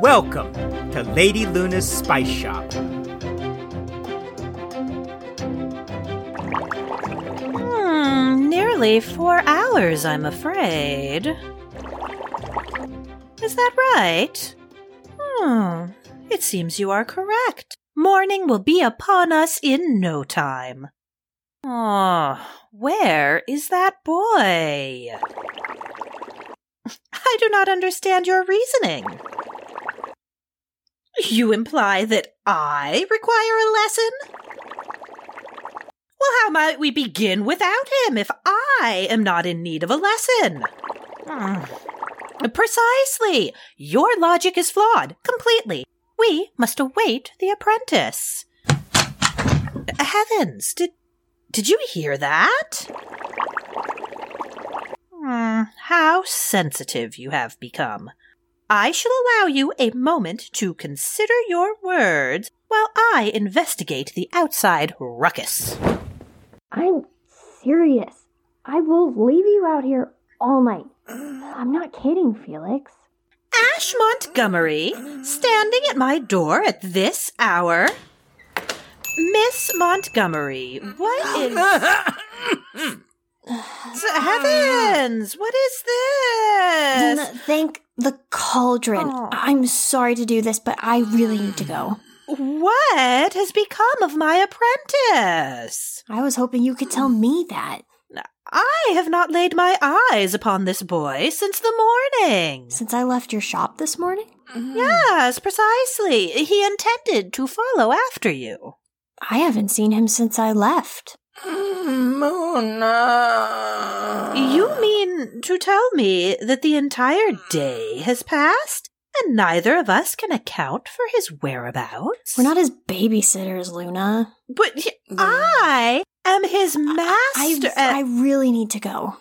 Welcome to Lady Luna's Spice Shop. Hmm, nearly four hours, I'm afraid. Is that right? Hmm, it seems you are correct. Morning will be upon us in no time. Ah, where is that boy? I do not understand your reasoning. You imply that I require a lesson? Well, how might we begin without him if I am not in need of a lesson? Hmm. Precisely. Your logic is flawed completely. We must await the apprentice. Heavens, did did you hear that? Hmm, how sensitive you have become. I shall allow you a moment to consider your words while I investigate the outside ruckus. I'm serious. I will leave you out here all night. I'm not kidding, Felix. Ash Montgomery, standing at my door at this hour. Miss Montgomery, what is. Heavens, what is this? Luna, thank the cauldron. Aw. I'm sorry to do this, but I really need to go. What has become of my apprentice? I was hoping you could tell me that. I have not laid my eyes upon this boy since the morning. Since I left your shop this morning, Yes, precisely. He intended to follow after you. I haven't seen him since I left. Uh. You mean to tell me that the entire day has passed and neither of us can account for his whereabouts? We're not his babysitters, Luna. But he- I am his master. I, I really need to go.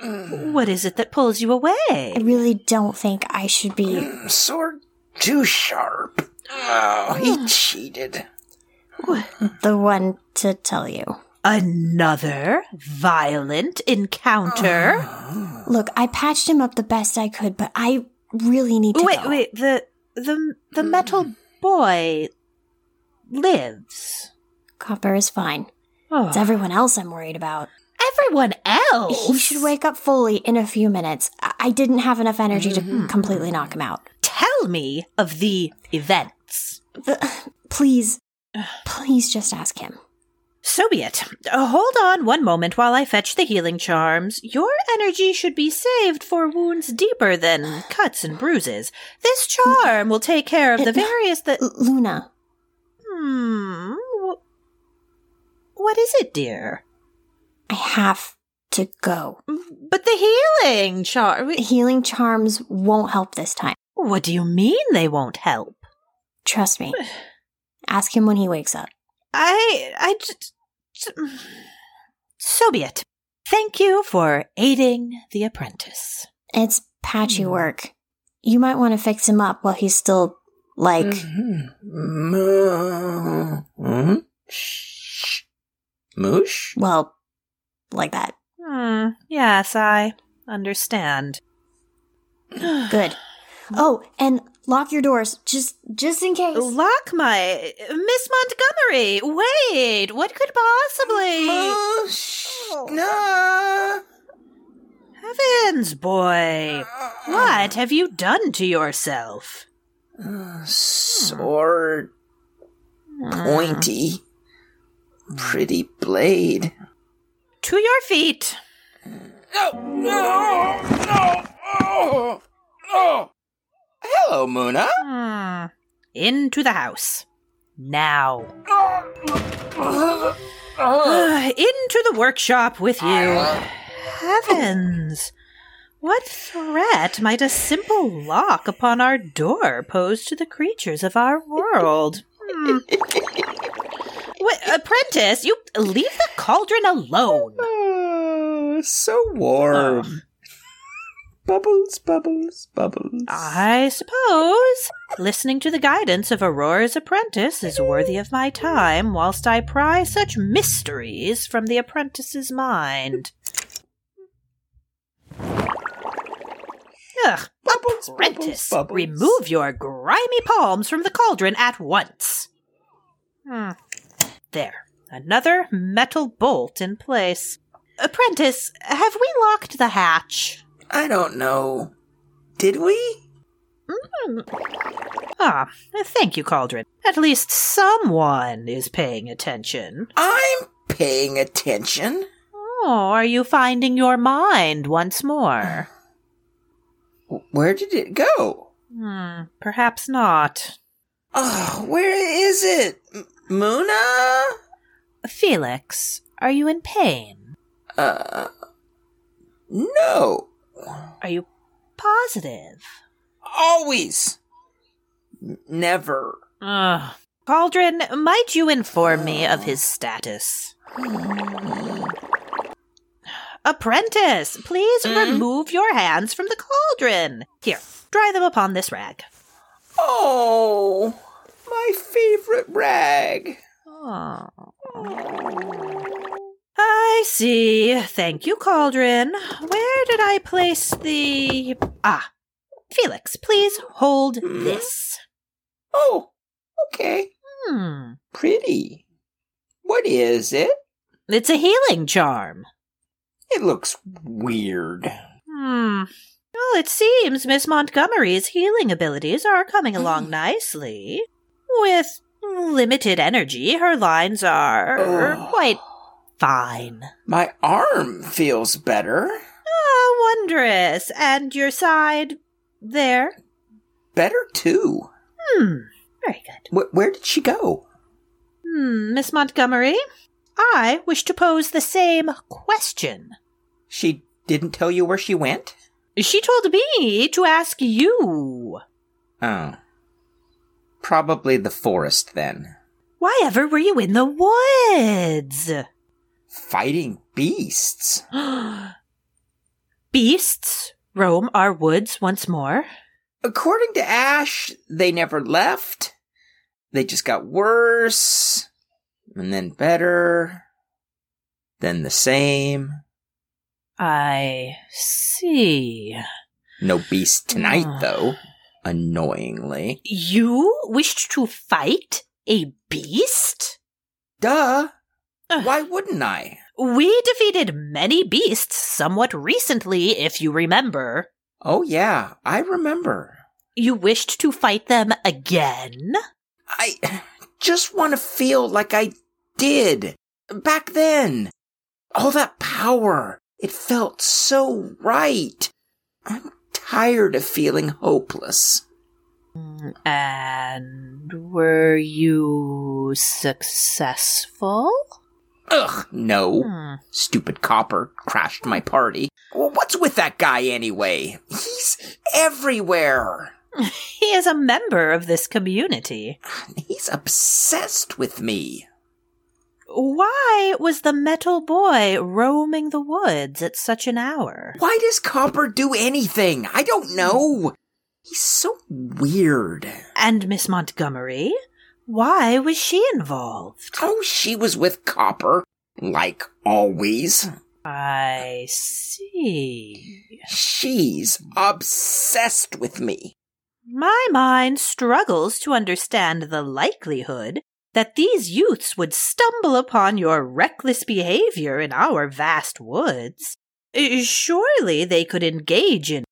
and- what is it that pulls you away? I really don't think I should be. Sword Mm, too sharp. Oh, he cheated. the one to tell you. Another violent encounter. Oh, Look, I patched him up the best I could, but I really need to wait, go. wait. The the the Mm. metal boy lives. Copper is fine. Oh. It's everyone else I'm worried about. Everyone else. He should wake up fully in a few minutes. I, I didn't have enough energy Mm-hmm. to completely knock him out. Tell me of the events. The- please, please just ask him. So be it. Uh, hold on one moment while I fetch the healing charms. Your energy should be saved for wounds deeper than cuts and bruises. This charm will take care of the various that. L- Luna, Hmm. wh- What is it, dear? I have to go. But the healing charm. Healing charms won't help this time. What do you mean they won't help? Trust me. Ask him when he wakes up. I, I just, so be it. Thank you for aiding the apprentice. It's patchy Mm. work. You might want to fix him up while he's still, like, Mm. Moo. Hmm? Shh. Moosh? well, like that. Hmm. Yes, I understand. Good. Oh, and lock your doors just just in case. Lock my Miss Montgomery. Wait, what could possibly? Moosh. No. Heavens, boy! What have you done to yourself? Hmm. Sword pointy. Pretty blade. To your feet. No, no, no, oh, no. Hello, Muna. Hmm. Into the house now. Ugh, Into the workshop with you. Heavens! What threat might a simple lock upon our door pose to the creatures of our world? Hmm. Wait, apprentice, you leave the cauldron alone. Oh, so warm. Bubbles, bubbles, bubbles. I suppose listening to the guidance of Aurora's apprentice is worthy of my time whilst I pry such mysteries from the apprentice's mind. Ugh, Bubbles, Apprentice, bubbles, bubbles. remove your grimy palms from the cauldron at once. Hmm. There. Another metal bolt in place. Apprentice, have we locked the hatch? I don't know. Did we? Ah, thank you, Cauldron. At least someone is paying attention. I'm paying attention. Oh, are you finding your mind once more? W- Where did it go? Hmm, perhaps not. Oh, where is it? M- Muna? Felix, are you in pain? Uh, no. Are you positive? Always. N- Never. Ugh. Cauldron, might you inform me of his status? Apprentice, please remove your hands from the cauldron. Here, dry them upon this rag. Oh, my favorite rag. Oh. I see. Thank you, Cauldron. Where did I place the. Ah. Felix, please hold Hmm? this. Oh, okay. Hmm. Pretty. What is it? It's a healing charm. It looks weird. Hmm. Well, it seems Miss Montgomery's healing abilities are coming along nicely. With limited energy, her lines are Oh. quite fine. My arm feels better. Ah, wondrous. And your side there? Better too. Hmm. Very good. Wh- where did she go? Hmm, Miss Montgomery, I wish to pose the same question. She didn't tell you where she went? She told me to ask you. Oh. Probably the forest then. Why ever were you in the woods? Fighting beasts. Beasts roam our woods once more. According to Ash, they never left. They just got worse, and then better, then the same. I see. No beast tonight, Ugh. though. Annoyingly. You wished to fight a beast? Duh. Ugh. Why wouldn't I? We defeated many beasts somewhat recently, if you remember. Oh, yeah, I remember. You wished to fight them again? I just want to feel like I did back then. All that power. It felt so right. I'm tired of feeling hopeless. And were you successful? Ugh, no. Hmm. Stupid copper crashed my party. Well, What's with that guy anyway? He's everywhere. He is a member of this community. He's obsessed with me. Why was the metal boy roaming the woods at such an hour? Why does copper do anything? I don't know. He's so weird. And Miss Montgomery? Why was she involved? Oh, she was with Copper, like always. I see. She's obsessed with me. My mind struggles to understand the likelihood that these youths would stumble upon your reckless behavior in our vast woods. Uh, Surely they could engage in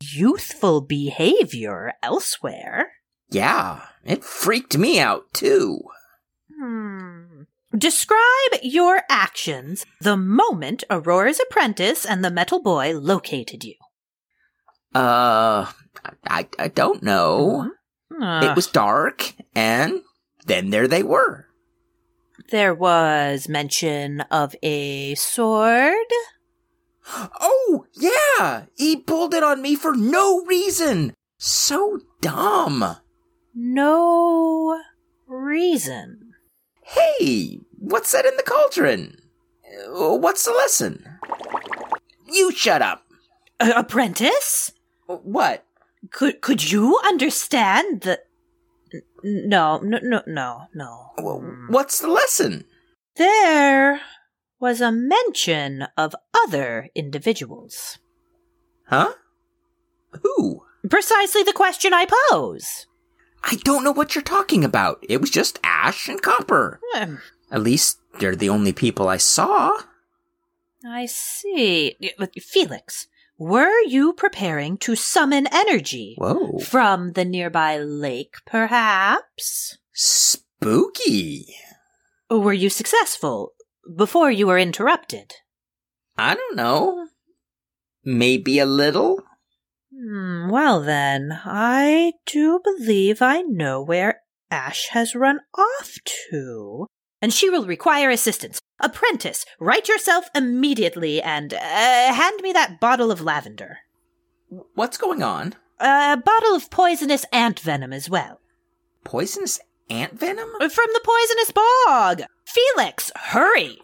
youthful behavior elsewhere. Yeah, it freaked me out too. Hmm. Describe your actions the moment Aurora's apprentice and the metal boy located you. Uh, I, I don't know. It Ugh. was dark, and then there they were. there was mention of a sword. Oh, yeah! He pulled it on me for no reason! So dumb! No reason. Hey, what's that in the cauldron? Uh, What's the lesson? You shut up! A- apprentice? What? Could could you understand the? N- No, no, no, no, no. Well, what's the lesson? There was a mention of other individuals. Huh? Who? Precisely the question I pose. I don't know what you're talking about. It was just ash and copper. Hmm, At least they're the only people I saw. I see. Y- but Felix, were you preparing to summon energy Whoa. from the nearby lake, perhaps? Spooky. Were you successful before you were interrupted? I don't know. Maybe a little? Hmm, well then, I do believe I know where Ash has run off to. And she will require assistance. Apprentice, right yourself immediately and uh, hand me that bottle of lavender. What's going on? A bottle of poisonous ant venom as well. Poisonous ant venom? From the poisonous bog! Felix, hurry!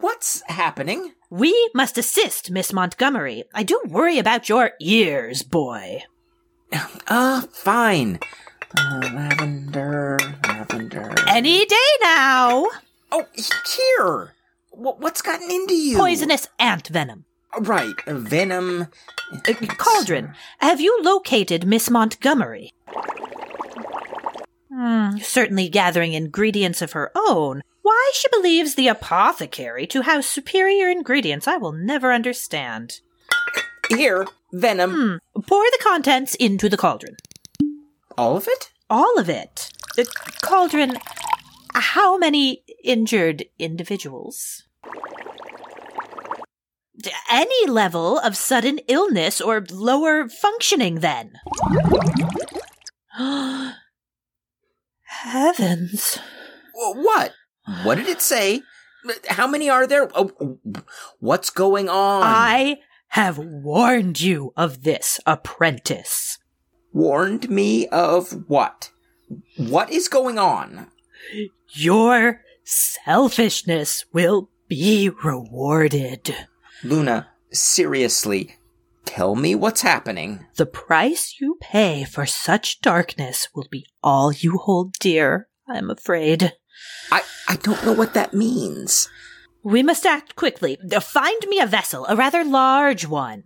What's happening? We must assist Miss Montgomery. I do worry about your ears, boy. Uh, fine. Uh, lavender, lavender. Any day now! oh, here! Wh- What's gotten into you? Poisonous ant venom. Right, venom. Uh, Cauldron, have you located Miss Montgomery? Hmm, certainly gathering ingredients of her own. Why she believes the apothecary to have superior ingredients, I will never understand. Here, venom. Hmm, pour the contents into the cauldron. All of it? All of it. The cauldron. How many injured individuals? D- Any level of sudden illness or lower functioning, then. Heavens. Wh- What? What did it say? How many are there? Oh, what's going on? I have warned you of this, apprentice. warned me of what? What is going on? Your selfishness will be rewarded. Luna, seriously, tell me what's happening. The price you pay for such darkness will be all you hold dear, I am afraid. I, I don't know what that means. We must act quickly. Find me a vessel, a rather large one.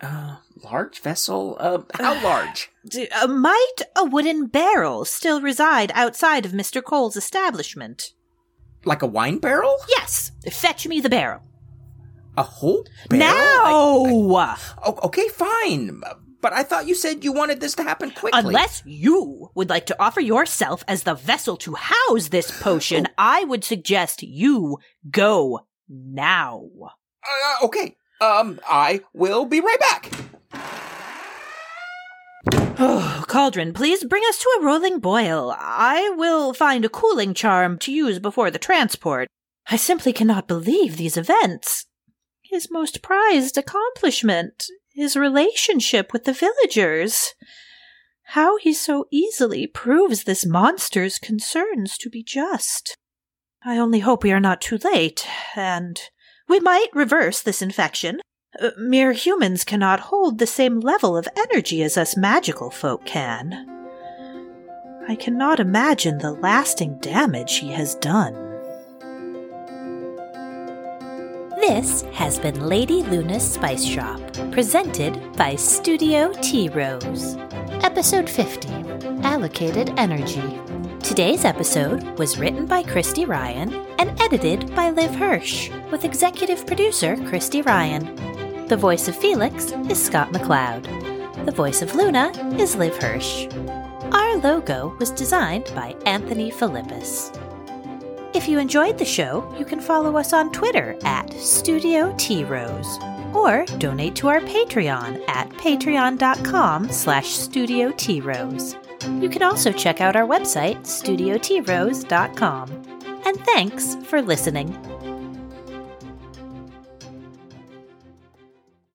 Uh, large vessel? Uh, how large? D- uh, might a wooden barrel still reside outside of Mr. Cole's establishment? Like a wine barrel? Yes, fetch me the barrel. A whole barrel? I- now! I- oh, okay, fine. But I thought you said you wanted this to happen quickly. Unless you would like to offer yourself as the vessel to house this Oh. potion, I would suggest you go now. Uh, uh, okay. Um, I will be right back. Oh, Cauldron, please bring us to a rolling boil. I will find a cooling charm to use before the transport. I simply cannot believe these events. His most prized accomplishment, his relationship with the villagers. How he so easily proves this monster's concerns to be just. I only hope we are not too late, and we might reverse this infection. Uh, mere humans cannot hold the same level of energy as us magical folk can. I cannot imagine the lasting damage he has done. This has been Lady Luna's Spice Shop, presented by Studio T Rose. Episode 50 Allocated Energy. Today's episode was written by Christy Ryan and edited by Liv Hirsch, with executive producer Christy Ryan. The voice of Felix is Scott McLeod. The voice of Luna is Liv Hirsch. Our logo was designed by Anthony Philippus. If you enjoyed the show, you can follow us on Twitter at Studio T Rose or donate to our Patreon at patreon.com slash Studio T Rose. You can also check out our website, studiotrose.com. And thanks for listening.